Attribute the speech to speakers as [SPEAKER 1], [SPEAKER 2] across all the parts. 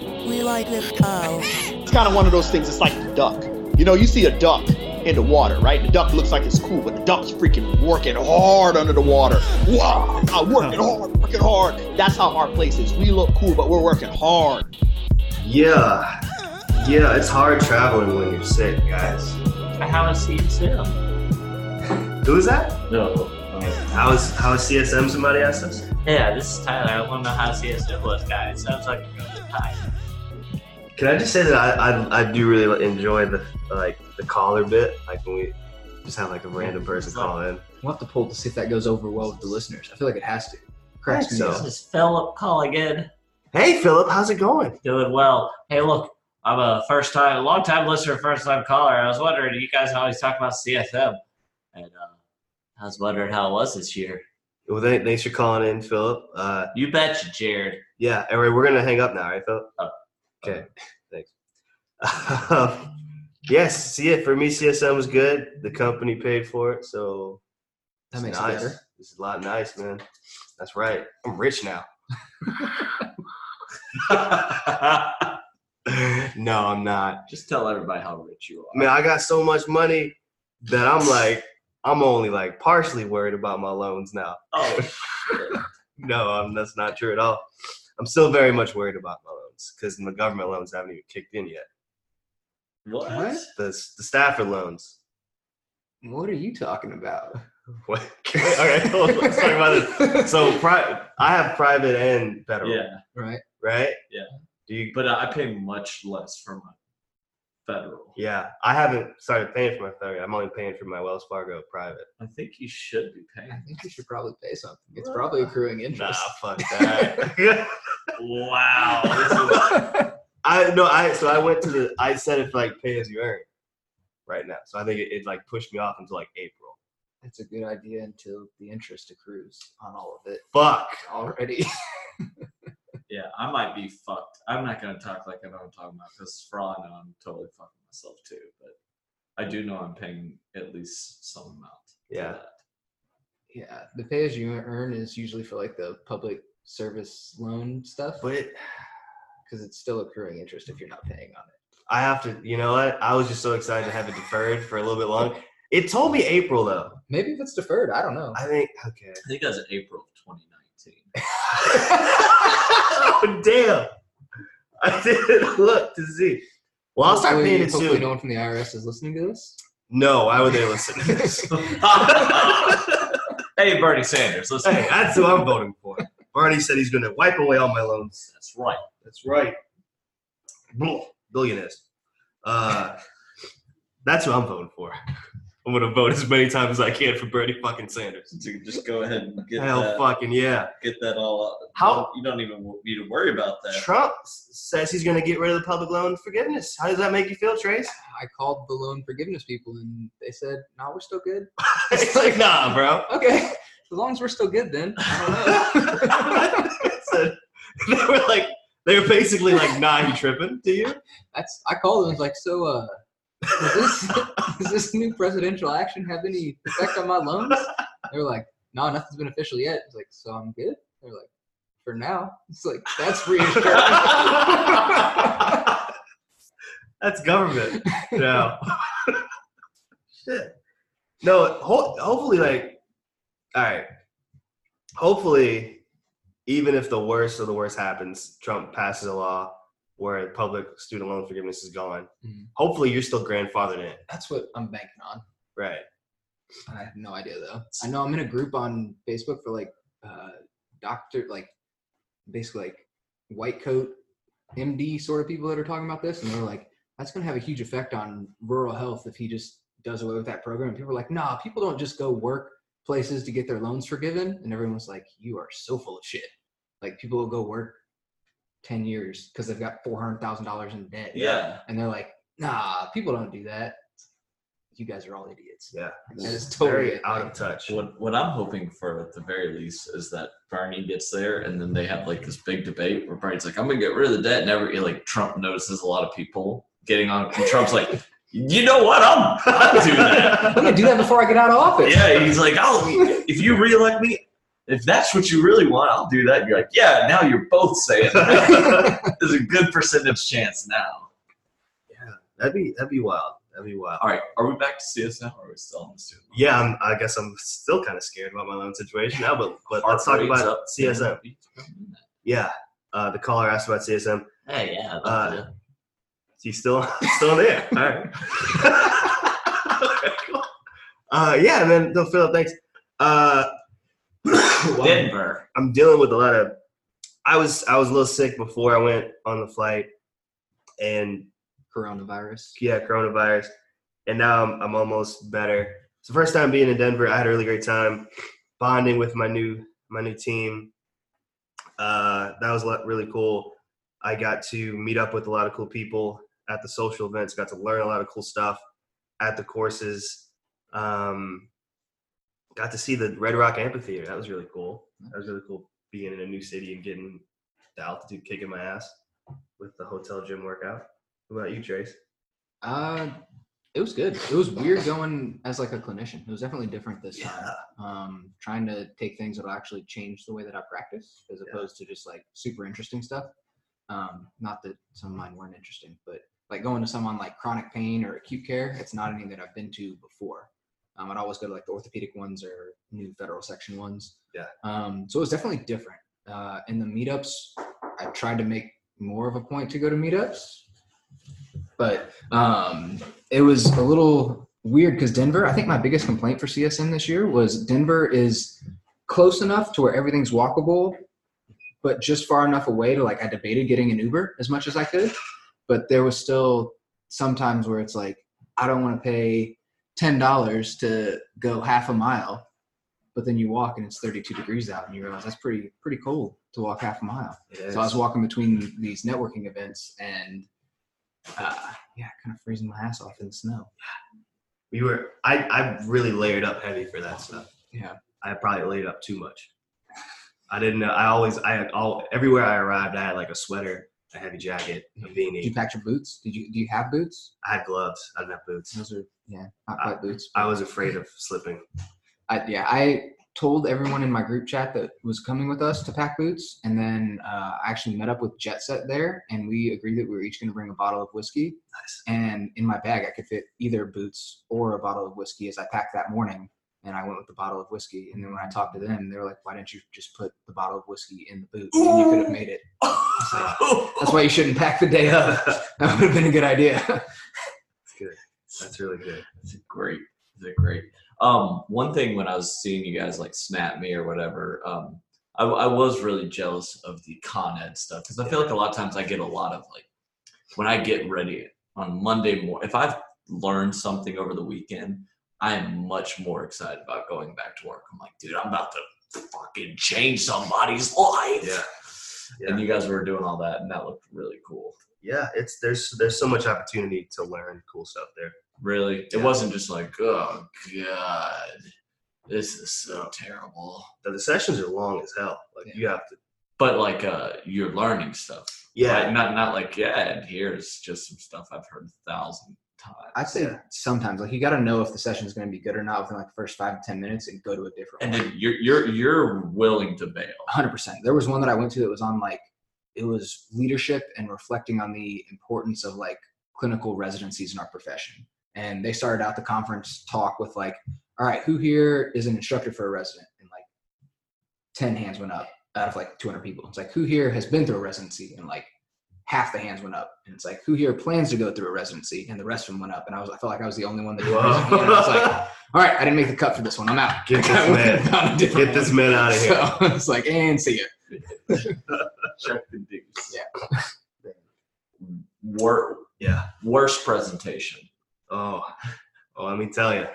[SPEAKER 1] side with Carl.
[SPEAKER 2] It's kind of one of those things. It's like the duck. You know, you see a duck in the water, right? The duck looks like it's cool, but the duck's freaking working hard under the water. Wow, I'm working hard, working hard. That's how our place is. We look cool, but we're working hard.
[SPEAKER 3] Yeah. Yeah, it's hard traveling when you're sick, guys.
[SPEAKER 4] I haven't seen Sam.
[SPEAKER 3] Who is that?
[SPEAKER 4] No.
[SPEAKER 3] How is how is CSM somebody asked us?
[SPEAKER 4] Yeah, this is Tyler. I want to know how CSM was, guy. It sounds like a good time.
[SPEAKER 3] Can I just say that I I, I do really enjoy the like the caller bit, like when we just have like a random person call in.
[SPEAKER 5] We'll have to pull to see if that goes over well with the listeners. I feel like it has to. Cracks me
[SPEAKER 3] So-
[SPEAKER 5] up.
[SPEAKER 4] This is Philip calling in.
[SPEAKER 3] Hey Philip, how's it going?
[SPEAKER 4] Doing well. Hey, look, I'm a first time, long time listener, first time caller. I was wondering, you guys always talk about CSM, and uh, I was wondering how it was this year.
[SPEAKER 3] Well, th- thanks for calling in, Philip. Uh,
[SPEAKER 4] You betcha, Jared.
[SPEAKER 3] yeah, anyway, we're gonna hang up now, right, Philip?
[SPEAKER 4] Oh.
[SPEAKER 3] Okay, thanks. Um, yes, see it for me. CSM was good. The company paid for it, so
[SPEAKER 5] That
[SPEAKER 3] it's
[SPEAKER 5] makes it
[SPEAKER 3] nice.
[SPEAKER 5] better.
[SPEAKER 3] This is a lot nice, man. That's right. I'm rich now. no, I'm not.
[SPEAKER 4] Just tell everybody how rich you
[SPEAKER 3] man, I got so much money that I'm like, I'm only like partially worried about my loans now.
[SPEAKER 4] Oh,
[SPEAKER 3] No, I'm, that's not true at all. I'm still very much worried about my loans because my government loans haven't even kicked in yet.
[SPEAKER 4] what?
[SPEAKER 3] The, the Stafford loans.
[SPEAKER 5] What are you talking about?
[SPEAKER 3] What? okay, cool. Let's talk about this. So, pri- I have private and federal,
[SPEAKER 4] Yeah,
[SPEAKER 5] Right.
[SPEAKER 3] right?
[SPEAKER 4] Yeah.
[SPEAKER 3] Do you?
[SPEAKER 4] but uh, I pay much less for my federal.
[SPEAKER 3] Yeah, I haven't started paying for my federal. I'm only paying for my Wells Fargo private.
[SPEAKER 4] I think you should be
[SPEAKER 5] I
[SPEAKER 4] paying.
[SPEAKER 5] think you should probably pay something. It's probably accruing
[SPEAKER 3] Nah,
[SPEAKER 5] interest.
[SPEAKER 3] fuck that.
[SPEAKER 4] Wow.
[SPEAKER 3] I no, I so I went to the I said it's like pay as you earn right now. So I think it, it like pushed me off until like April.
[SPEAKER 5] That's a good idea until the interest accrues on all of it
[SPEAKER 3] Fuck.
[SPEAKER 5] already.
[SPEAKER 4] yeah, I might be fucked. I'm not gonna talk like I know what I'm talking about because for all I know, I'm totally fucking myself too. But I do know I'm paying at least some amount. for
[SPEAKER 3] Yeah.
[SPEAKER 4] that.
[SPEAKER 5] yeah. The pay as you earn is usually for like the public service loan stuff
[SPEAKER 3] But it,
[SPEAKER 5] because it's still accruing interest if you're not paying on it.
[SPEAKER 3] I have to you know what? I was just so excited to have it deferred for a little bit longer. It told me April though.
[SPEAKER 5] Maybe if it's deferred, I don't know.
[SPEAKER 3] I think okay.
[SPEAKER 4] I think that's April of 2019.
[SPEAKER 3] oh, damn. I didn't look to see. Well, I'll start
[SPEAKER 5] Hopefully-
[SPEAKER 3] paying it
[SPEAKER 5] hopefully
[SPEAKER 3] soon.
[SPEAKER 5] no one from the IRS is listening to this.
[SPEAKER 3] No, why would they listen to this?
[SPEAKER 4] hey, Bernie Sanders, listen.
[SPEAKER 3] hey, that's who I'm voting for. Bernie said he's gonna wipe away all my loans.
[SPEAKER 4] That's right.
[SPEAKER 3] That's right. Blah, billionaires. Uh, that's who I'm voting for. I'm gonna vote as many times as I can for Bernie fucking Sanders.
[SPEAKER 4] Dude, just go ahead and get
[SPEAKER 3] Hell
[SPEAKER 4] that,
[SPEAKER 3] fucking yeah.
[SPEAKER 4] get that all out.
[SPEAKER 3] How-
[SPEAKER 4] you don't even need to worry about that.
[SPEAKER 3] Trump s- says he's gonna get rid of the public loan forgiveness. How does that make you feel, Trace?
[SPEAKER 5] I called the loan forgiveness people and they said, no, we're still good.
[SPEAKER 3] it's like nah, bro.
[SPEAKER 5] Okay. As long as we're still good then. I don't know.
[SPEAKER 3] So, they were like, they were basically like, nah, you tripping? Do you?
[SPEAKER 5] That's I called and was like, so uh does this does this new presidential action have any effect on my loans? They were like, No, nothing's been official yet. I was like, so I'm good? They're like, for now. It's like that's reassuring.
[SPEAKER 3] That's government. No. Shit. No, ho- hopefully, like, all right. Hopefully, even if the worst of the worst happens, Trump passes a law where public student loan forgiveness is gone.
[SPEAKER 5] Mhm.
[SPEAKER 3] Hopefully, you're still grandfathered in.
[SPEAKER 5] that's what I'm banking on.
[SPEAKER 3] Right.
[SPEAKER 5] I have no idea though. I know I'm in a group on Facebook for like uh doctor like basically like white coat MD sort of people that are talking about this and they're like, that's gonna have a huge effect on rural health if he just does away with that program. And people are like, nah, people don't just go work places to get their loans forgiven. And everyone's like, You are so full of shit. Like people will go work ten years because they've got four hundred thousand dollars in debt.
[SPEAKER 4] Yeah.
[SPEAKER 5] And they're like, nah, people don't do that. You guys are all idiots.
[SPEAKER 3] Yeah.
[SPEAKER 5] That is totally
[SPEAKER 3] Very out of touch.
[SPEAKER 4] What what I'm hoping for at the very least is that Bernie gets there and then they have like this big debate where Bernie's like, I'm gonna get rid of the debt and every like Trump notices a lot of people getting on and Trump's like, you know what? I'm I'll do that.
[SPEAKER 5] I'm gonna do that before I get out of office.
[SPEAKER 4] Yeah, he's like, I'll if you reelect me, if that's what you really want, I'll do that. And you're like, yeah, now you're both saying that. there's a good percentage chance now.
[SPEAKER 3] that'd be that'd be wild. That'd be wild.
[SPEAKER 4] All right, are we back to CS now? Or are we still on the student? loan?
[SPEAKER 3] Yeah, I'm, I guess I'm still kind of scared about my own situation now, but but let's
[SPEAKER 4] Heart
[SPEAKER 3] talk
[SPEAKER 4] rate's
[SPEAKER 3] about
[SPEAKER 4] up.
[SPEAKER 3] CSM. Yeah, uh, the caller asked about CSM.
[SPEAKER 4] Hey, yeah. that's
[SPEAKER 3] Uh,
[SPEAKER 4] it.
[SPEAKER 3] He's still still in there. All right. uh, yeah, man. No, Philip, thanks. Uh, well,
[SPEAKER 4] Denver.
[SPEAKER 3] I'm dealing with a lot of. I was I was a little sick before I went on the flight, and
[SPEAKER 5] Coronavirus.
[SPEAKER 3] yeah, coronavirus, and now I'm, I'm almost better. It's the first time being in Denver. I had a really great time bonding with my new my new team. Uh, that was a lot, really cool. I got to meet up with a lot of cool people at the social events. Got to learn a lot of cool stuff at the courses. Um, got to see the Red Rock Amphitheater. That was really cool. That was really cool being in a new city and getting the altitude kicking my ass with the hotel gym workout. What about you, Trace?
[SPEAKER 5] Uh, it was good. It was weird going as like a clinician. It was definitely different this time. Um, trying to take things that'll actually change the way that I practice, as
[SPEAKER 3] Yeah.
[SPEAKER 5] opposed to just like super interesting stuff. Um, not that some of mine weren't interesting, but like going to someone like chronic pain or acute care, it's not anything that I've been to before. Um, I'd always go to like the orthopedic ones or new federal section ones.
[SPEAKER 3] Yeah.
[SPEAKER 5] Um, so it was definitely different. Uh, in the meetups, I tried to make more of a point to go to meetups, but um, it was a little weird because Denver. I think my biggest complaint for CSN this year was Denver is close enough to where everything's walkable, but just far enough away to like I debated getting an Uber as much as I could, but there was still sometimes where it's like I don't want to pay ten dollars to go half a mile, but then you walk and it's thirty-two degrees out, and you realize that's pretty pretty cold to walk half a mile. So I was walking between these networking events and uh, yeah, kind of freezing my ass off in the snow.
[SPEAKER 3] We were. I I really layered up heavy for that stuff.
[SPEAKER 5] Yeah.
[SPEAKER 3] I probably laid up too much. I didn't know. I always. I had all everywhere I arrived. I had like a sweater, a heavy jacket, a
[SPEAKER 5] Did Mm-hmm. you
[SPEAKER 3] beanie.
[SPEAKER 5] pack your boots? Did you do you have boots?
[SPEAKER 3] I had gloves. I didn't have boots.
[SPEAKER 5] Those are yeah, not
[SPEAKER 3] I-
[SPEAKER 5] quite boots.
[SPEAKER 3] I was afraid of slipping.
[SPEAKER 5] I, yeah, I told everyone in my group chat that was coming with us to pack boots, and then uh, I actually met up with Jet Set there, and we agreed that we were each going to bring a bottle of whiskey.
[SPEAKER 3] Nice.
[SPEAKER 5] And in my bag, I could fit either boots or a bottle of whiskey. As I packed that morning, and I went with the bottle of whiskey. And then when I talked to them, they were like, "Why didn't you just put the bottle of whiskey in the boot? And you could have made it." That's why you shouldn't pack the day of.
[SPEAKER 3] That's
[SPEAKER 5] That would have been a good idea.
[SPEAKER 3] good. That's really good.
[SPEAKER 4] It's great. It's great. Um, one thing when I was seeing you guys like snap me or whatever, um, I, I was really jealous of the con ed stuff because I feel like a lot of times I get a lot of like when I get ready on Monday morning. If I've learned something over the weekend, I am much more excited about going back to work. I'm like, dude, I'm about to fucking change somebody's life.
[SPEAKER 3] Yeah.
[SPEAKER 4] And you guys were doing all that, and that looked really cool.
[SPEAKER 3] Yeah. It's there's there's so much opportunity to learn cool stuff there.
[SPEAKER 4] Really? It
[SPEAKER 3] Yeah.
[SPEAKER 4] wasn't just like, oh God, this is so terrible.
[SPEAKER 3] But the sessions are long as hell. Like you have to.
[SPEAKER 4] But like uh you're learning stuff.
[SPEAKER 3] Yeah.
[SPEAKER 4] Right? Not not like, yeah, and here's just some stuff I've heard a thousand times.
[SPEAKER 5] I'd say
[SPEAKER 3] Yeah.
[SPEAKER 5] sometimes, like, you got to know if the session is going to be good or not within like the first five to ten minutes, and go to a different.
[SPEAKER 4] and
[SPEAKER 5] one.
[SPEAKER 4] then you're you're you're willing to bail.
[SPEAKER 5] hundred percent. There was one that I went to that was on like it was leadership and reflecting on the importance of like clinical residencies in our profession. And they started out the conference talk with like, all right, who here is an instructor for a resident? And like ten hands went up out of like two hundred people. It's like who here has been through a residency? And like half the hands went up. And it's like who here plans to go through a residency? And the rest of them went up. And I was I felt like I was the only one that didn't raise a hand. And I was like,
[SPEAKER 3] Whoa.
[SPEAKER 5] all right, I didn't make the cut for this one. I'm out.
[SPEAKER 3] Get this man. Get this man out of here.
[SPEAKER 5] So it's like, and see ya.
[SPEAKER 4] Check the dudes. Yeah.
[SPEAKER 3] Yeah.
[SPEAKER 4] worst presentation
[SPEAKER 3] Oh, oh, let me tell you.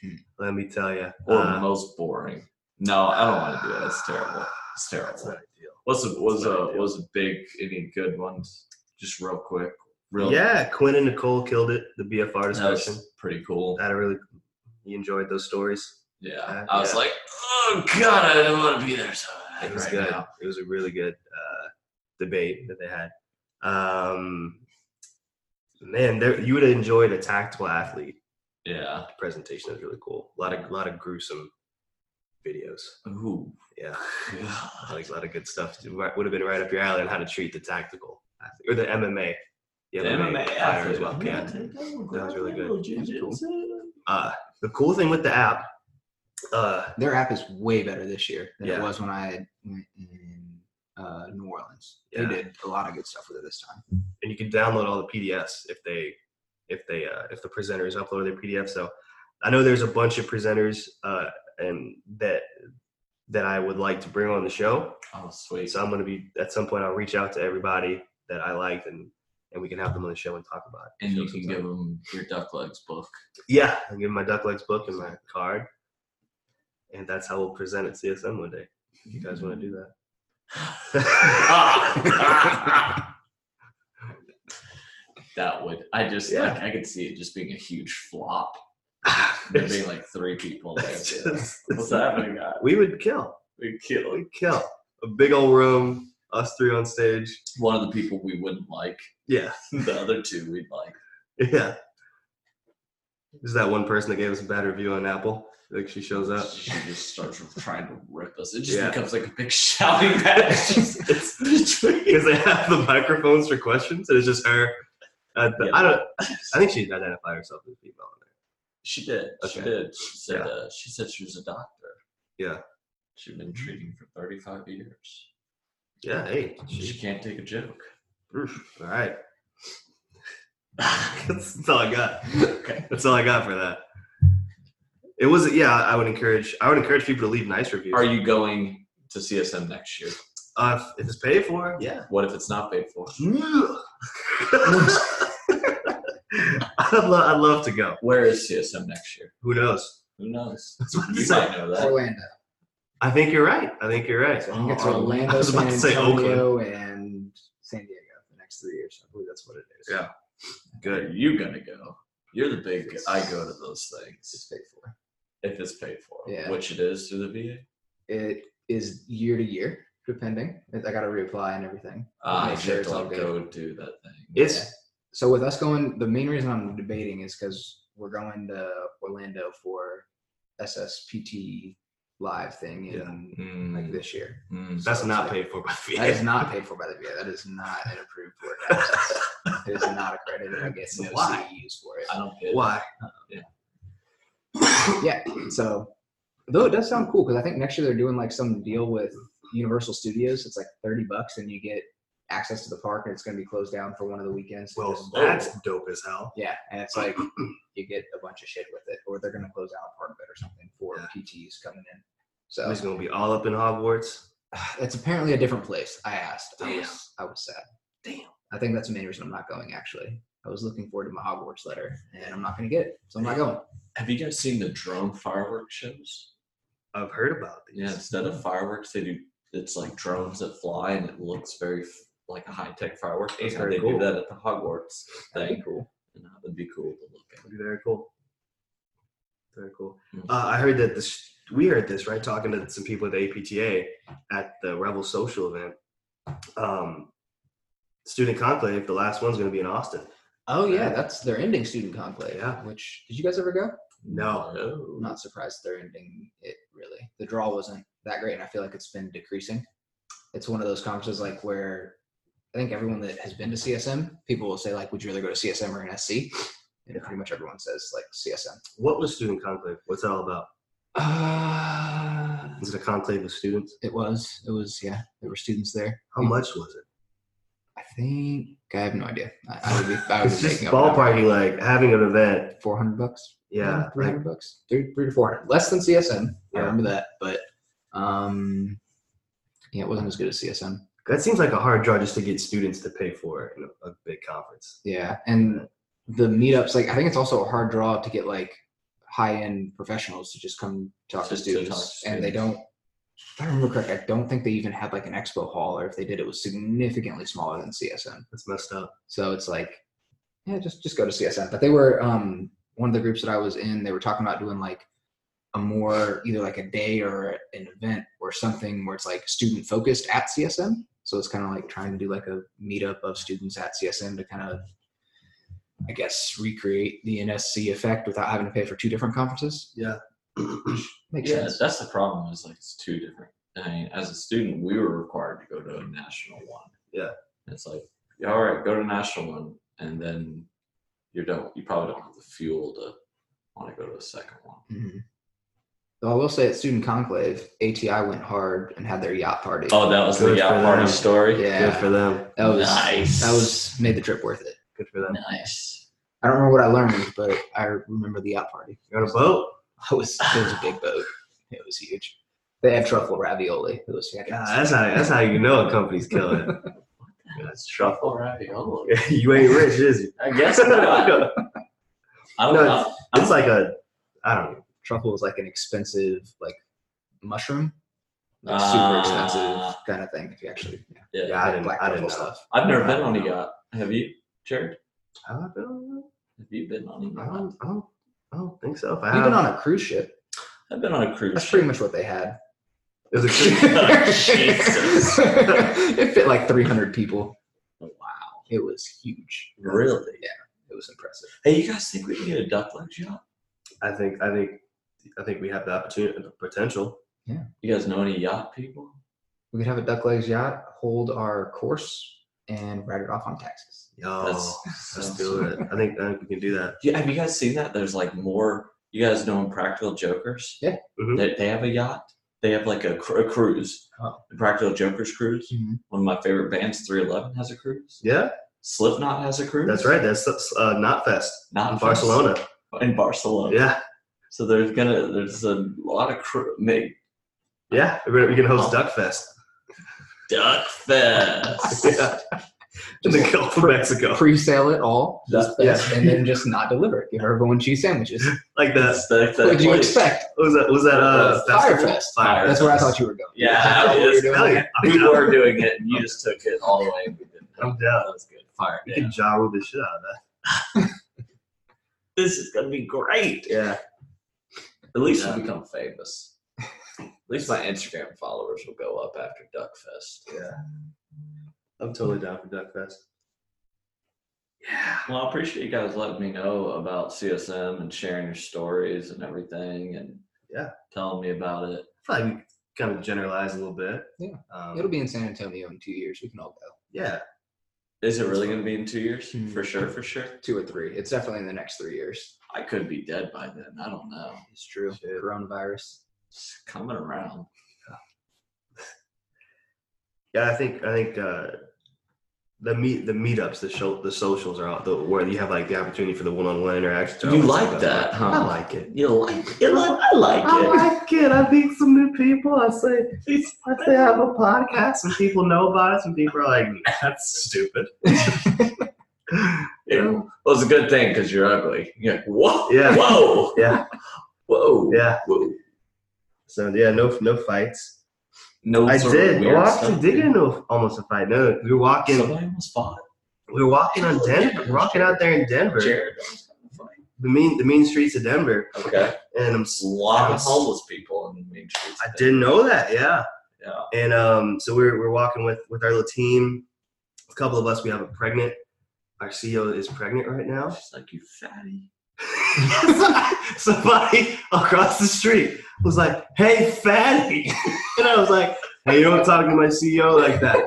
[SPEAKER 5] Hmm.
[SPEAKER 3] Let me tell Uh, you.
[SPEAKER 4] or most boring. No, I don't want to do that. It's terrible. It's
[SPEAKER 3] That's not
[SPEAKER 4] terrible.
[SPEAKER 3] ideal.
[SPEAKER 4] What's a was
[SPEAKER 3] not
[SPEAKER 4] a
[SPEAKER 3] ideal.
[SPEAKER 4] was a big any good ones? Just real quick. Real
[SPEAKER 3] Yeah, Quinn and Nicole killed it. The BFR
[SPEAKER 4] That was
[SPEAKER 3] discussion.
[SPEAKER 4] pretty cool.
[SPEAKER 3] That I really, you enjoyed those stories.
[SPEAKER 4] Yeah.
[SPEAKER 3] Uh,
[SPEAKER 4] I was
[SPEAKER 3] yeah.
[SPEAKER 4] like, oh god, I don't want to be there so bad
[SPEAKER 3] It was
[SPEAKER 4] right
[SPEAKER 3] good.
[SPEAKER 4] now.
[SPEAKER 3] It was a really good uh, debate that they had. Um, man, there, you would have enjoyed a tactile athlete
[SPEAKER 4] Yeah.
[SPEAKER 3] presentation. It was really cool. A lot of, lot of gruesome videos.
[SPEAKER 4] Ooh.
[SPEAKER 3] Yeah,
[SPEAKER 4] God.
[SPEAKER 3] like a lot of good stuff. to- Would have been right up your alley on how to treat the tactical athlete- or the MMA.
[SPEAKER 4] The MMA
[SPEAKER 3] fighter
[SPEAKER 4] athlete.
[SPEAKER 3] as well. Yeah.
[SPEAKER 4] that
[SPEAKER 3] That was really good.
[SPEAKER 5] cool.
[SPEAKER 3] Uh, the cool thing with the app, uh,
[SPEAKER 5] Their app is way better this year than
[SPEAKER 3] Yeah.
[SPEAKER 5] it was when I went in uh, New Orleans.
[SPEAKER 3] Yeah.
[SPEAKER 5] They did a lot of good stuff with it this time.
[SPEAKER 3] and you can download all the PDFs if they if they uh, if the presenters upload their PDF. So I know there's a bunch of presenters uh, and that that I would like to bring on the show.
[SPEAKER 4] Oh, sweet.
[SPEAKER 3] So I'm gonna be at some point I'll reach out to everybody that I liked and and we can have them on the show and talk about it.
[SPEAKER 4] And you
[SPEAKER 3] Show
[SPEAKER 4] can
[SPEAKER 3] sometime.
[SPEAKER 4] give them your duck legs book.
[SPEAKER 3] yeah, I'll give them my duck legs book and my card. And that's how we'll present at CSM one day. If you guys want to do that.
[SPEAKER 4] that would. I just
[SPEAKER 3] Yeah.
[SPEAKER 4] like I could see it just being a huge flop. There
[SPEAKER 3] It's-
[SPEAKER 4] being like three people there.
[SPEAKER 3] it's just-
[SPEAKER 4] What's happening, guys?
[SPEAKER 3] We would kill.
[SPEAKER 4] We kill.
[SPEAKER 3] We'd kill. A big old room, us three on stage.
[SPEAKER 4] One of the people we wouldn't like.
[SPEAKER 3] Yeah.
[SPEAKER 4] The other two we'd like.
[SPEAKER 3] Yeah. There's that one person that gave us a bad review on Apple. Like she shows up.
[SPEAKER 4] She just starts trying to rip us. It just
[SPEAKER 3] Yeah.
[SPEAKER 4] becomes like a big shouting match.
[SPEAKER 3] It's-
[SPEAKER 4] between
[SPEAKER 3] Because they have the microphones for questions, and it's just her. at the- I don't. I think she identified herself as female.
[SPEAKER 4] She did. She
[SPEAKER 3] Okay.
[SPEAKER 4] did. She said.
[SPEAKER 3] Yeah.
[SPEAKER 4] Uh, she said she was a doctor.
[SPEAKER 3] Yeah.
[SPEAKER 4] She'd been treating for thirty-five years.
[SPEAKER 3] Yeah. Hey.
[SPEAKER 4] She can't take a joke.
[SPEAKER 3] Oof, all right. That's all I got. That's all I got for that. It was yeah. I would encourage. I would encourage people to leave nice reviews.
[SPEAKER 4] Are you going to CSM next year?
[SPEAKER 3] Uh, if it's paid for, yeah.
[SPEAKER 4] What if it's not paid for?
[SPEAKER 3] I'd, lo- I'd love to go.
[SPEAKER 4] Where is CSM next year?
[SPEAKER 3] Who knows?
[SPEAKER 4] Who knows?
[SPEAKER 3] what I'm
[SPEAKER 4] You
[SPEAKER 3] saying.
[SPEAKER 4] might know that.
[SPEAKER 5] Orlando.
[SPEAKER 3] I think you're right. I think you're right. Um,
[SPEAKER 5] I think it's
[SPEAKER 4] Oh,
[SPEAKER 5] Orlando,
[SPEAKER 3] I was about
[SPEAKER 5] San
[SPEAKER 3] to say
[SPEAKER 5] Antonio, and San Diego for the next three years. I believe that's what it is.
[SPEAKER 3] Yeah.
[SPEAKER 4] Good. Are you gonna go? You're the big. I go to those
[SPEAKER 5] It's
[SPEAKER 4] things
[SPEAKER 5] paid for.
[SPEAKER 4] if it's paid for,
[SPEAKER 5] Yeah.
[SPEAKER 4] which it is through the VA.
[SPEAKER 5] It is year to year, depending. I got to reapply and everything.
[SPEAKER 4] Ah,
[SPEAKER 5] Make
[SPEAKER 4] you
[SPEAKER 5] sure
[SPEAKER 4] have
[SPEAKER 5] it's
[SPEAKER 4] to
[SPEAKER 5] all
[SPEAKER 4] like,
[SPEAKER 5] good.
[SPEAKER 4] go do that thing.
[SPEAKER 3] It's
[SPEAKER 5] Yeah. So with us going, the main reason I'm debating is because we're going to Orlando for SSPT live thing in
[SPEAKER 4] Mm,
[SPEAKER 5] like this year.
[SPEAKER 4] mm.
[SPEAKER 3] that's
[SPEAKER 5] So it's
[SPEAKER 3] not
[SPEAKER 5] like-
[SPEAKER 3] paid for by the
[SPEAKER 5] That is not paid for by the VA. That is not an approved workout. it is not accredited. I guess
[SPEAKER 4] So
[SPEAKER 5] no
[SPEAKER 4] why?
[SPEAKER 5] CEUs for it.
[SPEAKER 4] I don't get. it.
[SPEAKER 3] Why?
[SPEAKER 5] yeah. So, though it does sound cool because I think next year they're doing like some deal with Universal Studios. It's like thirty bucks and you get access to the park, and it's going to be closed down for one of the weekends.
[SPEAKER 3] Well, oh.
[SPEAKER 5] Just-
[SPEAKER 3] that's dope as hell.
[SPEAKER 5] yeah, and it's like you get a bunch of shit with it, or they're going to close down a part of it or something for
[SPEAKER 3] Yeah.
[SPEAKER 5] PTs coming in.
[SPEAKER 3] I'm
[SPEAKER 5] So
[SPEAKER 3] just gonna be all up in Hogwarts.
[SPEAKER 5] it's apparently a different place. I asked. I
[SPEAKER 3] Damn.
[SPEAKER 5] was I was sad.
[SPEAKER 3] Damn.
[SPEAKER 5] I think that's the main reason I'm not going. Actually, I was looking forward to my Hogwarts letter, and I'm not going to get it, so I'm not going.
[SPEAKER 4] Have you guys seen the drone fireworks shows?
[SPEAKER 3] I've heard about these.
[SPEAKER 4] Yeah, instead of fireworks, they do it's like drones that fly, and it looks very f- like a high tech fireworks.
[SPEAKER 3] That's
[SPEAKER 4] That's how
[SPEAKER 3] very
[SPEAKER 4] they
[SPEAKER 3] cool.
[SPEAKER 4] do that at the Hogwarts
[SPEAKER 5] That'd be
[SPEAKER 4] thing,
[SPEAKER 5] cool.
[SPEAKER 4] and that would be cool to look at.
[SPEAKER 3] That'd be very cool. Very cool.
[SPEAKER 4] Mm.
[SPEAKER 3] Uh, I heard that this. We heard this right talking to some people at the APTA at the Rebel Social event. Um, student conclave. The last one's going to be in Austin.
[SPEAKER 5] Oh yeah,
[SPEAKER 3] Right.
[SPEAKER 5] that's their ending student conclave.
[SPEAKER 3] Yeah.
[SPEAKER 5] Which did you guys ever go?
[SPEAKER 3] No.
[SPEAKER 4] No.
[SPEAKER 5] I'm not surprised they're ending it really. The draw wasn't that great, and I feel like it's been decreasing. It's one of those conferences like where I think everyone that has been to CSM, people will say like, "Would you rather go to CSM or an SC?" And pretty much everyone says like CSM.
[SPEAKER 3] What was student conclave? What's that all about?
[SPEAKER 5] Uh,
[SPEAKER 3] Was it a conclave of students?
[SPEAKER 5] it was. It was. Yeah, there were students there.
[SPEAKER 3] How much was it?
[SPEAKER 5] I think I have no idea. I, I would be. I would
[SPEAKER 3] It's
[SPEAKER 5] be
[SPEAKER 3] just
[SPEAKER 5] making up
[SPEAKER 3] ballparking, like having an event.
[SPEAKER 5] four hundred bucks.
[SPEAKER 3] Yeah.
[SPEAKER 5] three
[SPEAKER 3] Like,
[SPEAKER 5] hundred bucks, three, three to four hundred, less than CSM.
[SPEAKER 3] Yeah.
[SPEAKER 5] I remember that, but um, yeah, it wasn't as good as CSM.
[SPEAKER 3] that seems like a hard draw just to get students to pay for it in a, a big conference.
[SPEAKER 5] Yeah, and the meetups, like I think it's also a hard draw to get like high-end professionals to just come talk to
[SPEAKER 4] Just to talk to
[SPEAKER 5] students, and they
[SPEAKER 4] students.
[SPEAKER 5] don't. If I remember correct, I don't think they even had like an expo hall, or if they did, it was significantly smaller than CSM.
[SPEAKER 3] That's messed up.
[SPEAKER 5] So it's like, yeah, just just go to CSM. But they were um, one of the groups that I was in. They were talking about doing like a more either like a day or an event or something where it's like student focused at CSM. So it's kind of like trying to do like a meetup of students at CSM to kind of, I guess, recreate the NSC effect without having to pay for two different conferences.
[SPEAKER 3] Yeah.
[SPEAKER 5] Makes
[SPEAKER 4] yeah,
[SPEAKER 5] sense.
[SPEAKER 4] that's the problem. Is like it's two different. I mean, as a student, we were required to go to a national one.
[SPEAKER 3] Yeah.
[SPEAKER 4] It's like, yeah, all right, go to national one, and then you don't. You probably don't have the fuel to want to go to a second one.
[SPEAKER 5] Mhm. Though I will say at Student Conclave, ATI went hard and had their yacht party.
[SPEAKER 4] Oh, that was the
[SPEAKER 3] Good
[SPEAKER 4] yacht
[SPEAKER 3] for
[SPEAKER 4] party
[SPEAKER 3] them.
[SPEAKER 4] story.
[SPEAKER 5] yeah,
[SPEAKER 3] Good for them.
[SPEAKER 5] that was
[SPEAKER 4] nice.
[SPEAKER 5] that was made the trip worth it.
[SPEAKER 3] Good for them.
[SPEAKER 4] nice.
[SPEAKER 5] I don't remember what I learned, but I remember the yacht party.
[SPEAKER 3] You're on a boat.
[SPEAKER 5] It was it was a big boat. It was huge. They had truffle ravioli. It was
[SPEAKER 3] God,
[SPEAKER 5] fantastic.
[SPEAKER 3] that's how that's how you know a company's killing it.
[SPEAKER 4] That's truffle ravioli.
[SPEAKER 3] you ain't rich, is you?
[SPEAKER 4] I guess not. I don't
[SPEAKER 3] No,
[SPEAKER 4] know.
[SPEAKER 3] It's like a I don't know.
[SPEAKER 5] Truffle was like an expensive like mushroom, like super
[SPEAKER 4] Ah.
[SPEAKER 5] expensive kind of thing. If you actually yeah,
[SPEAKER 4] Yeah.
[SPEAKER 3] Yeah, I didn't
[SPEAKER 5] black
[SPEAKER 3] I didn't
[SPEAKER 5] truffle
[SPEAKER 3] know.
[SPEAKER 5] stuff.
[SPEAKER 4] I've never
[SPEAKER 3] I
[SPEAKER 4] been on a
[SPEAKER 3] don't know.
[SPEAKER 4] yacht. Have you, Jared?
[SPEAKER 3] I don't,
[SPEAKER 4] Have you been on a
[SPEAKER 3] I
[SPEAKER 4] yacht?
[SPEAKER 3] don't, I don't, I don't think so. If I
[SPEAKER 5] You've
[SPEAKER 3] have,
[SPEAKER 5] been on a cruise ship.
[SPEAKER 4] I've been on a cruise
[SPEAKER 5] That's
[SPEAKER 4] ship.
[SPEAKER 5] pretty much what they had.
[SPEAKER 3] it was a cruise.
[SPEAKER 4] Jesus.
[SPEAKER 5] it fit like 300 people.
[SPEAKER 4] Wow.
[SPEAKER 5] It was huge.
[SPEAKER 4] Really?
[SPEAKER 5] It was impressive.
[SPEAKER 4] Hey, you guys think we can get a duck lunch yacht?
[SPEAKER 3] I think, I think, I think we have the opportunity, the potential.
[SPEAKER 4] You guys know any yacht people?
[SPEAKER 5] We could have a duck legs yacht, hold our course, and write it off on taxes.
[SPEAKER 3] Yo,
[SPEAKER 4] That's-
[SPEAKER 3] let's do it. I think, I think we can do that.
[SPEAKER 4] Yeah, have you guys seen that? There's like more. You guys know Practical Jokers?
[SPEAKER 5] Yeah.
[SPEAKER 3] Mhm.
[SPEAKER 4] They, they have a yacht. They have like a, cru- a cruise.
[SPEAKER 5] Oh.
[SPEAKER 4] The Practical Jokers cruise.
[SPEAKER 5] Mhm.
[SPEAKER 4] One of my favorite bands, 311, has a cruise.
[SPEAKER 3] Yeah,
[SPEAKER 4] Slipknot has a cruise.
[SPEAKER 3] that's right. That's uh, Knot Fest
[SPEAKER 4] Not
[SPEAKER 3] in Barcelona.
[SPEAKER 4] In Barcelona.
[SPEAKER 3] Yeah,
[SPEAKER 4] So there's gonna there's a lot of cru- make
[SPEAKER 3] yeah. We're gonna- We can host
[SPEAKER 4] Oh.
[SPEAKER 3] Duck Fest
[SPEAKER 4] Duck Fest.
[SPEAKER 3] Yeah. in the Gulf of Mexico,
[SPEAKER 5] Pre-sale it all,
[SPEAKER 4] That's-
[SPEAKER 5] yes, and then just not deliver it. Give everyone cheese sandwiches.
[SPEAKER 3] like that.
[SPEAKER 4] That's the,
[SPEAKER 5] What do you expect?
[SPEAKER 3] What was that? What was that? Uh,
[SPEAKER 4] Firefest.
[SPEAKER 3] festival?
[SPEAKER 5] Firefest.
[SPEAKER 4] Fire.
[SPEAKER 5] That's where I thought you were going.
[SPEAKER 4] Yeah,
[SPEAKER 5] I thought
[SPEAKER 4] it
[SPEAKER 5] we were
[SPEAKER 4] is.
[SPEAKER 5] doing
[SPEAKER 3] Hell
[SPEAKER 5] that.
[SPEAKER 3] yeah. I'm
[SPEAKER 4] We
[SPEAKER 3] down.
[SPEAKER 4] were doing it, and you just took it all the way. and we didn't.
[SPEAKER 3] I'm down.
[SPEAKER 4] That was good. Fire.
[SPEAKER 3] You
[SPEAKER 4] Yeah.
[SPEAKER 3] can jaw rule the shit out of that.
[SPEAKER 4] This is gonna be great.
[SPEAKER 3] Yeah.
[SPEAKER 4] At least
[SPEAKER 3] Yeah.
[SPEAKER 4] we become famous. At least my Instagram followers will go up after Duckfest.
[SPEAKER 3] I'm totally down for Duck Fest.
[SPEAKER 4] Well, I appreciate you guys letting me know about CSM and sharing your stories and everything, and
[SPEAKER 3] Yeah.
[SPEAKER 4] telling me about it.
[SPEAKER 3] I feel like we kind of generalize a little bit.
[SPEAKER 5] Yeah.
[SPEAKER 3] Um,
[SPEAKER 5] It'll be in San Antonio in two years. We can all go.
[SPEAKER 3] Yeah.
[SPEAKER 4] Is it really gonna be in two years?
[SPEAKER 5] Hmm.
[SPEAKER 4] For sure, for sure.
[SPEAKER 5] Two or three. It's definitely in the next three years.
[SPEAKER 4] I could be dead by then. I don't know.
[SPEAKER 5] It's true.
[SPEAKER 3] Shit.
[SPEAKER 5] Coronavirus.
[SPEAKER 4] It's coming around.
[SPEAKER 3] Yeah. I think I think uh, the meet the meetups the show the socials are out the where you have like the opportunity for the one on one interactions. are
[SPEAKER 4] You
[SPEAKER 3] always
[SPEAKER 4] like
[SPEAKER 3] the
[SPEAKER 4] that,
[SPEAKER 3] best.
[SPEAKER 4] huh?
[SPEAKER 3] I like it.
[SPEAKER 4] You like it? I like
[SPEAKER 3] I like it. I meet some new people. I say, I say I have a podcast. Some people know about it. Some people are like, that's stupid.
[SPEAKER 4] Yeah. Well, it's a good thing because you're ugly. You're like, whoa,
[SPEAKER 3] Yeah.
[SPEAKER 4] whoa,
[SPEAKER 3] Yeah.
[SPEAKER 4] whoa,
[SPEAKER 3] Yeah.
[SPEAKER 4] whoa.
[SPEAKER 3] So yeah, no no fights.
[SPEAKER 4] No,
[SPEAKER 3] I
[SPEAKER 4] sort of
[SPEAKER 3] did.
[SPEAKER 4] weird
[SPEAKER 3] Well, I
[SPEAKER 4] stuff,
[SPEAKER 3] actually did get
[SPEAKER 4] dude.
[SPEAKER 3] into a- almost a fight. No, we were walking.
[SPEAKER 4] Somebody almost fought
[SPEAKER 3] We were walking on Denver. We're walking out there in Denver,
[SPEAKER 4] Jared.
[SPEAKER 3] the mean the mean streets of Denver,
[SPEAKER 4] Okay,
[SPEAKER 3] and I'm.
[SPEAKER 4] a lot of
[SPEAKER 3] Yes.
[SPEAKER 4] homeless people in the main streets.
[SPEAKER 3] I didn't know that. Yeah.
[SPEAKER 4] Yeah.
[SPEAKER 3] And um, so we're we're walking with with our little team. A couple of us. We have a pregnant. Our CEO is pregnant right now.
[SPEAKER 4] She's like, you fatty.
[SPEAKER 3] Somebody across the street was like, "Hey, fatty," and I was like, "Hey, you don't talk to my CEO like that."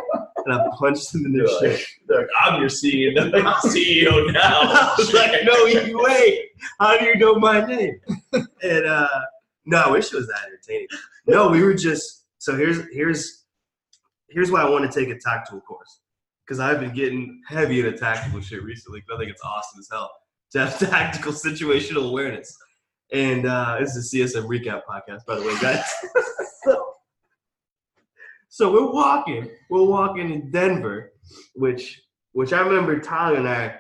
[SPEAKER 3] And I punched him in the
[SPEAKER 4] Really?
[SPEAKER 3] shit.
[SPEAKER 4] Like, I'm your CEO. I'm
[SPEAKER 3] E
[SPEAKER 4] CEO now.
[SPEAKER 3] I was like, no, you wait. How do you know my name? And uh, no, I wish it was that entertaining. No, we were just so here's here's here's why I want to take a tactical course because I've been getting heavy into tactical shit recently. 'cause I think it's awesome as hell to have tactical situational awareness. And uh, this is a CSM recap podcast, by the way, guys. so, so we're walking, we're walking in Denver, which which I remember Tyler and I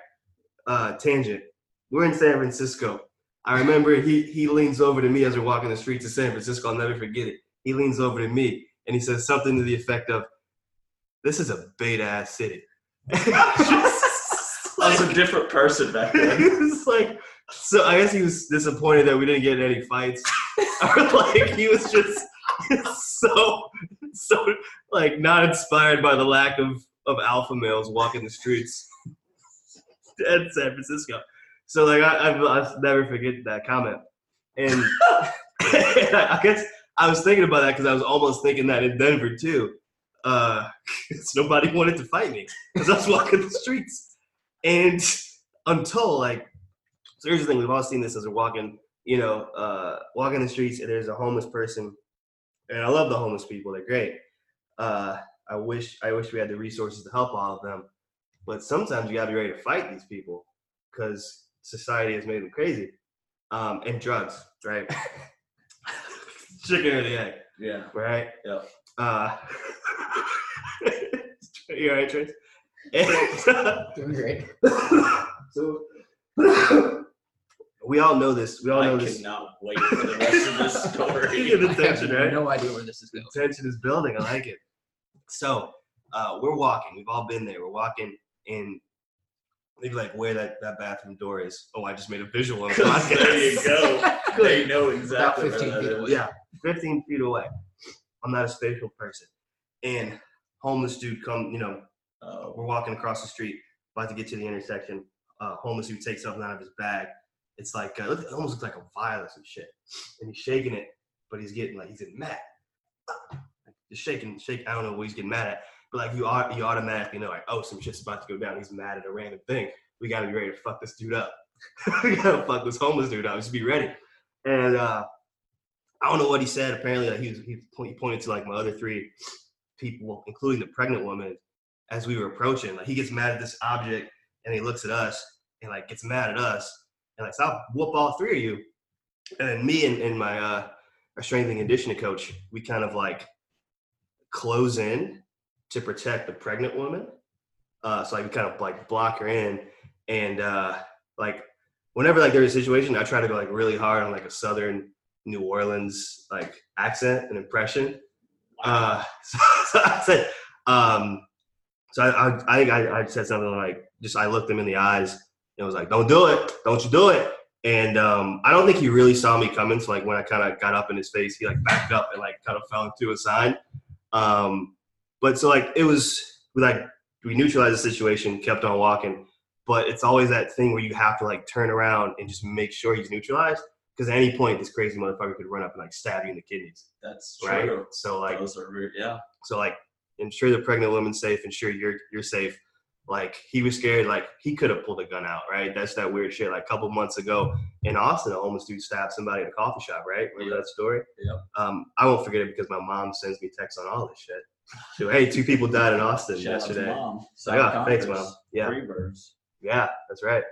[SPEAKER 3] uh, tangent. We're in San Francisco. I remember he he leans over to me as we're walking the streets of San Francisco. I'll never forget it. He leans over to me and he says something to the effect of, "This is a beta ass city."
[SPEAKER 4] I was a different person back then.
[SPEAKER 3] it's like so. I guess he was disappointed that we didn't get in any fights. or like he was just so so like not inspired by the lack of of alpha males walking the streets in San Francisco. So like I, I've, I'll never forget that comment. And And I I guess I was thinking about that because I was almost thinking that in Denver too. Uh, 'cause nobody wanted to fight me because I was walking the streets, and until like, so here's the thing: we've all seen this as we're walking, you know, uh, walking the streets, and there's a homeless person, and I love the homeless people; they're great. Uh, I wish I wish we had the resources to help all of them, but sometimes you gotta be ready to fight these people because society has made them crazy, um, and drugs, right? Chicken or the egg,
[SPEAKER 4] Yeah.
[SPEAKER 3] right?
[SPEAKER 4] Yep.
[SPEAKER 3] Uh, you all right, Trace? And- uh,
[SPEAKER 5] Doing great.
[SPEAKER 3] so we all know this. We all know
[SPEAKER 4] I
[SPEAKER 3] this.
[SPEAKER 4] cannot wait for the rest of this story.
[SPEAKER 3] You get
[SPEAKER 5] I
[SPEAKER 3] the
[SPEAKER 5] have
[SPEAKER 3] tension, right?
[SPEAKER 5] no idea where this is going.
[SPEAKER 3] Tension is building. I like it. So uh, we're walking. We've all been there. We're walking in maybe like where that, that bathroom door is. Oh, I just made a visual on the
[SPEAKER 4] 'Cause
[SPEAKER 3] podcast.
[SPEAKER 4] there you go. They know exactly
[SPEAKER 5] About 15
[SPEAKER 4] where that
[SPEAKER 5] feet
[SPEAKER 4] is.
[SPEAKER 5] away.
[SPEAKER 3] Yeah, 15 feet away. I'm not a spatial person. And homeless dude come, you know, uh,
[SPEAKER 4] Oh,
[SPEAKER 3] we're walking across the street, about to get to the intersection. Uh, homeless dude takes something out of his bag. It's like uh, look- it almost looks like a vial or some shit, and he's shaking it, but he's getting like he's getting mad. Just shaking, shake. I don't know what he's getting mad at, but like you are, you automatically know like, oh, some shit's about to go down. He's mad at a random thing. We gotta be ready to fuck this dude up. we gotta fuck this homeless dude up. Just be ready. And uh, I don't know what he said. Apparently, like he was, he, point, he pointed to like my other three people, including the pregnant woman as we were approaching. Like he gets mad at this object and he looks at us and like gets mad at us and like so I'll whoop all three of you. And then me and, and my uh our strength and conditioning coach, we kind of like close in to protect the pregnant woman. Uh so like we kind of like block her in and uh like whenever like there's a situation, I try to go like really hard on like a southern New Orleans like accent and impression. Uh so, so I said um so I, I, I think I, I said something like, just I looked him in the eyes and was like, "Don't do it, don't you do it." And um, I don't think he really saw me coming. So like when I kind of got up in his face, he like backed up and like kind of fell into a sign. Um, but so like it was we like we neutralized the situation, kept on walking. But it's always that thing where you have to like turn around and just make sure he's neutralized because at any point this crazy motherfucker could run up and like stab you in the kidneys,
[SPEAKER 4] That's
[SPEAKER 3] right?
[SPEAKER 4] true.
[SPEAKER 3] So like
[SPEAKER 4] Those are re- yeah.
[SPEAKER 3] so like ensure the pregnant woman's safe, ensure you're you're safe. Like he was scared, like he could have pulled a gun out, right? That's that weird shit. Like a couple months ago in Austin, a homeless dude stabbed somebody in a coffee shop, right? Remember
[SPEAKER 4] Yeah.
[SPEAKER 3] that story?
[SPEAKER 4] Yeah.
[SPEAKER 3] Um, I won't forget it because my mom sends me texts on all this shit. So, hey, two people died in Austin
[SPEAKER 4] Shout out to
[SPEAKER 3] yesterday.
[SPEAKER 4] mom. South
[SPEAKER 3] Yeah, thanks,
[SPEAKER 4] Congress,
[SPEAKER 3] mom. Yeah,
[SPEAKER 4] Three birds.
[SPEAKER 3] yeah, that's right.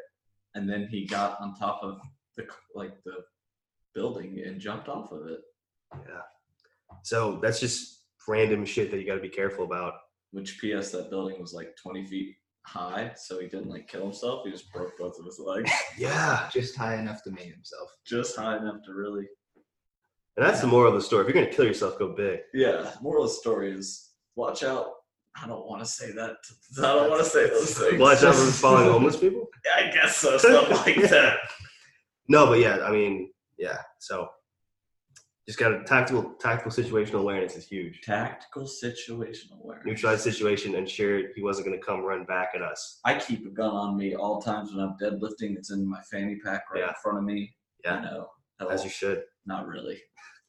[SPEAKER 4] and then he got on top of the like the building and jumped off of it,
[SPEAKER 3] Yeah. So that's just random shit that you got to be careful about.
[SPEAKER 4] which PS that building was like 20 feet high, so he didn't like kill himself. He just broke both of his legs
[SPEAKER 3] Yeah,
[SPEAKER 5] Just high enough to maim himself.
[SPEAKER 4] just high enough to really.
[SPEAKER 3] and that's the moral of the story. If you're gonna kill yourself, go big.
[SPEAKER 4] Yeah, moral of the story is watch out. I don't want to say that. I don't want to say those things.
[SPEAKER 3] Watch out for following homeless people.
[SPEAKER 4] I guess so. Something like that.
[SPEAKER 3] No, but yeah, I mean, yeah. So just got a tactical tactical situational awareness is huge.
[SPEAKER 4] Tactical situational awareness.
[SPEAKER 3] Neutralize the situation, ensure he wasn't going to come run back at us.
[SPEAKER 4] I keep a gun on me all times when I'm deadlifting. It's in my fanny pack right in
[SPEAKER 3] Yeah.
[SPEAKER 4] front of me.
[SPEAKER 3] Yeah.
[SPEAKER 4] I know.
[SPEAKER 3] As you should.
[SPEAKER 4] Not really.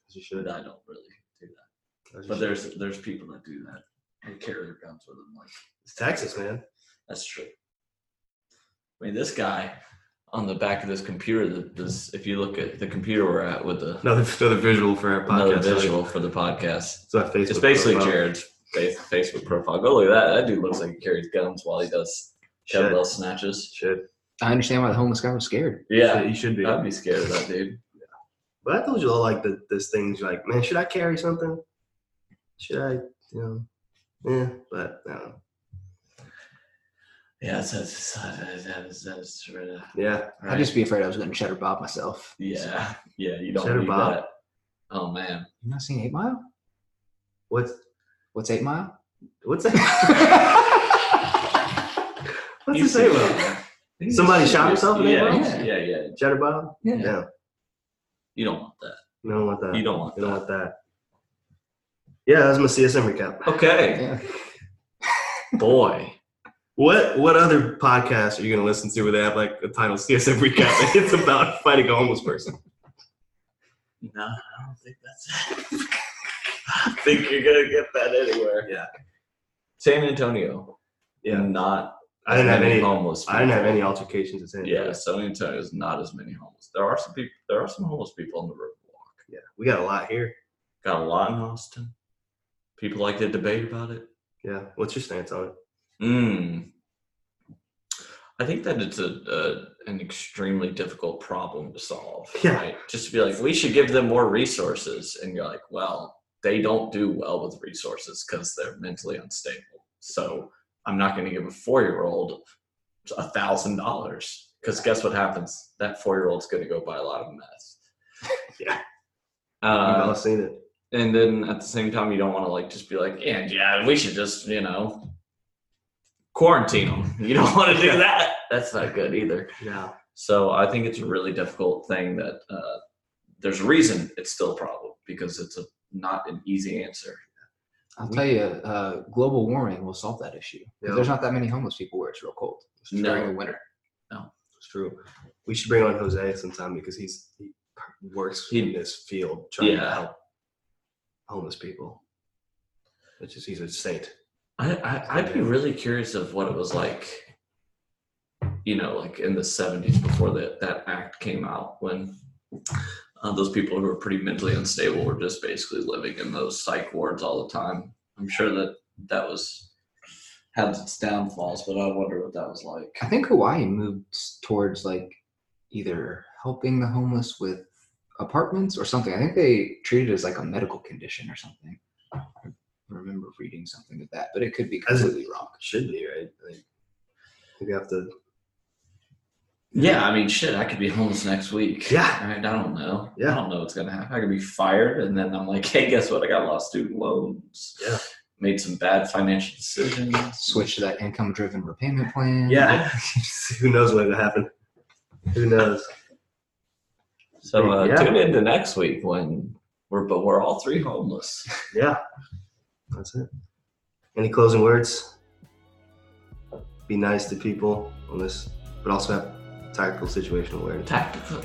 [SPEAKER 3] As you should.
[SPEAKER 4] But
[SPEAKER 3] As
[SPEAKER 4] I don't really do that.
[SPEAKER 3] you
[SPEAKER 4] But
[SPEAKER 3] should.
[SPEAKER 4] there's there's people that do that. They carry their guns with them. Like
[SPEAKER 3] it's Texas, man.
[SPEAKER 4] that's true. I mean, this guy on the back of this computer. That this, if you look at the computer we're at with the
[SPEAKER 3] Another another visual for our
[SPEAKER 4] another
[SPEAKER 3] podcast.
[SPEAKER 4] visual for the podcast,
[SPEAKER 3] It's my Facebook.
[SPEAKER 4] it's basically
[SPEAKER 3] profile.
[SPEAKER 4] Jared's face, Facebook profile. Go look at that. That dude looks like he carries guns while he does
[SPEAKER 3] Should.
[SPEAKER 4] kettlebell snatches.
[SPEAKER 3] Should.
[SPEAKER 5] I understand why the homeless guy was scared.
[SPEAKER 4] Yeah,
[SPEAKER 3] He should be.
[SPEAKER 4] I'd be scared of that dude.
[SPEAKER 3] But I told you all like the, this things like, man, should I carry something? Should I, you know, yeah, but uh, I don't know.
[SPEAKER 4] Yeah, that's that's that's, that's, that's right.
[SPEAKER 3] Yeah.
[SPEAKER 5] I'd just be afraid I was going to cheddar bob myself.
[SPEAKER 4] yeah, yeah. You don't
[SPEAKER 3] Cheddar
[SPEAKER 4] need
[SPEAKER 3] Bob.
[SPEAKER 4] that. Oh man,
[SPEAKER 5] You not seen Eight Mile?
[SPEAKER 3] What's,
[SPEAKER 5] What's Eight Mile?
[SPEAKER 3] what's that? what's
[SPEAKER 4] You
[SPEAKER 3] it say
[SPEAKER 4] see-
[SPEAKER 3] about? Somebody shot himself in
[SPEAKER 4] Yeah,
[SPEAKER 3] that
[SPEAKER 5] bar?
[SPEAKER 4] yeah, yeah.
[SPEAKER 3] Cheddar Bob?
[SPEAKER 5] Yeah.
[SPEAKER 3] Yeah.
[SPEAKER 4] You don't want that.
[SPEAKER 3] You don't want that.
[SPEAKER 4] You don't want
[SPEAKER 3] You don't
[SPEAKER 4] that.
[SPEAKER 3] want that. Yeah, that was my CSM recap.
[SPEAKER 4] Okay,
[SPEAKER 5] Yeah.
[SPEAKER 4] boy.
[SPEAKER 3] What what other podcast are you gonna listen to where they have like the title CSM recap? it's about fighting a homeless person.
[SPEAKER 4] No, I don't think that's it. I think you're gonna get that anywhere.
[SPEAKER 3] Yeah.
[SPEAKER 4] San Antonio.
[SPEAKER 3] Yeah.
[SPEAKER 4] Not
[SPEAKER 3] I didn't
[SPEAKER 4] as
[SPEAKER 3] have
[SPEAKER 4] many
[SPEAKER 3] any.
[SPEAKER 4] homeless
[SPEAKER 3] I didn't have any altercations in San Antonio.
[SPEAKER 4] Yeah, San Antonio is not as many homeless. There are some people there are some homeless people on the riverwalk.
[SPEAKER 3] Yeah, we got a lot here.
[SPEAKER 4] Got a lot in Austin. People like to debate about it.
[SPEAKER 3] Yeah. What's your stance on it?
[SPEAKER 4] Mm. I think that it's a, a an extremely difficult problem to solve.
[SPEAKER 3] Yeah.
[SPEAKER 4] Right? Just to be like, we should give them more resources, and you're like, well, they don't do well with resources because they're mentally unstable. So I'm not going to give a four year old a thousand dollars because guess what happens? That four year old's going to go buy a lot of meth.
[SPEAKER 3] Yeah. We've all
[SPEAKER 4] Uh,
[SPEAKER 3] seen it.
[SPEAKER 4] and then at the same time, you don't want to like just be like, and yeah, we should just you know quarantine them. You don't want to do that. That's not good either.
[SPEAKER 3] No.
[SPEAKER 4] So I think it's a really difficult thing that uh, there's a reason it's still a problem because it's a, not an easy answer.
[SPEAKER 5] I'll tell you, uh, global warming will solve that issue. 'Cause
[SPEAKER 3] Yeah.
[SPEAKER 5] There's not that many homeless people where it's real cold It's
[SPEAKER 4] No.
[SPEAKER 5] during the winter.
[SPEAKER 3] It's true. We should bring on Jose sometime because he's he works in this field trying to
[SPEAKER 4] Yeah.
[SPEAKER 3] help homeless people. Which is he's a saint.
[SPEAKER 4] I, I I'd be really curious of what it was like. You know, like in the '70s before that that act came out, when uh, those people who were pretty mentally unstable were just basically living in those psych wards all the time. I'm sure that that was had its downfalls, but I wonder what that was like.
[SPEAKER 5] I think Hawaii moved s- towards like either helping the homeless with apartments or something. I think they treated it as like a medical condition or something. I remember reading something of that, but it could be
[SPEAKER 3] As a-
[SPEAKER 5] completely wrong.
[SPEAKER 3] Should be, right? Like we have to
[SPEAKER 4] Yeah, I mean, shit, I could be homeless next week.
[SPEAKER 3] Yeah.
[SPEAKER 4] I, mean, I don't know.
[SPEAKER 3] Yeah.
[SPEAKER 4] I don't know what's gonna happen. I could be fired, and then I'm like, hey, guess what? I got a lot of student loans.
[SPEAKER 3] Yeah.
[SPEAKER 4] made some bad financial decisions.
[SPEAKER 5] Switch to that income-driven repayment plan.
[SPEAKER 3] Yeah. Who knows what will happen? Who knows?
[SPEAKER 4] So uh,
[SPEAKER 3] Yeah.
[SPEAKER 4] tune in to next week when we're but we're all three homeless.
[SPEAKER 3] Yeah. That's it. Any closing words? Be nice to people on this, but also have tactical situational awareness.
[SPEAKER 4] Tactical.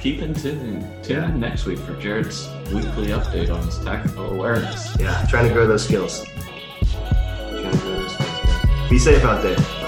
[SPEAKER 4] Keep in tune. Tune
[SPEAKER 3] Yeah.
[SPEAKER 4] in next week for Jared's weekly update on his tactical awareness.
[SPEAKER 3] Yeah, trying to grow those skills. Trying to grow those skills. Be safe out there.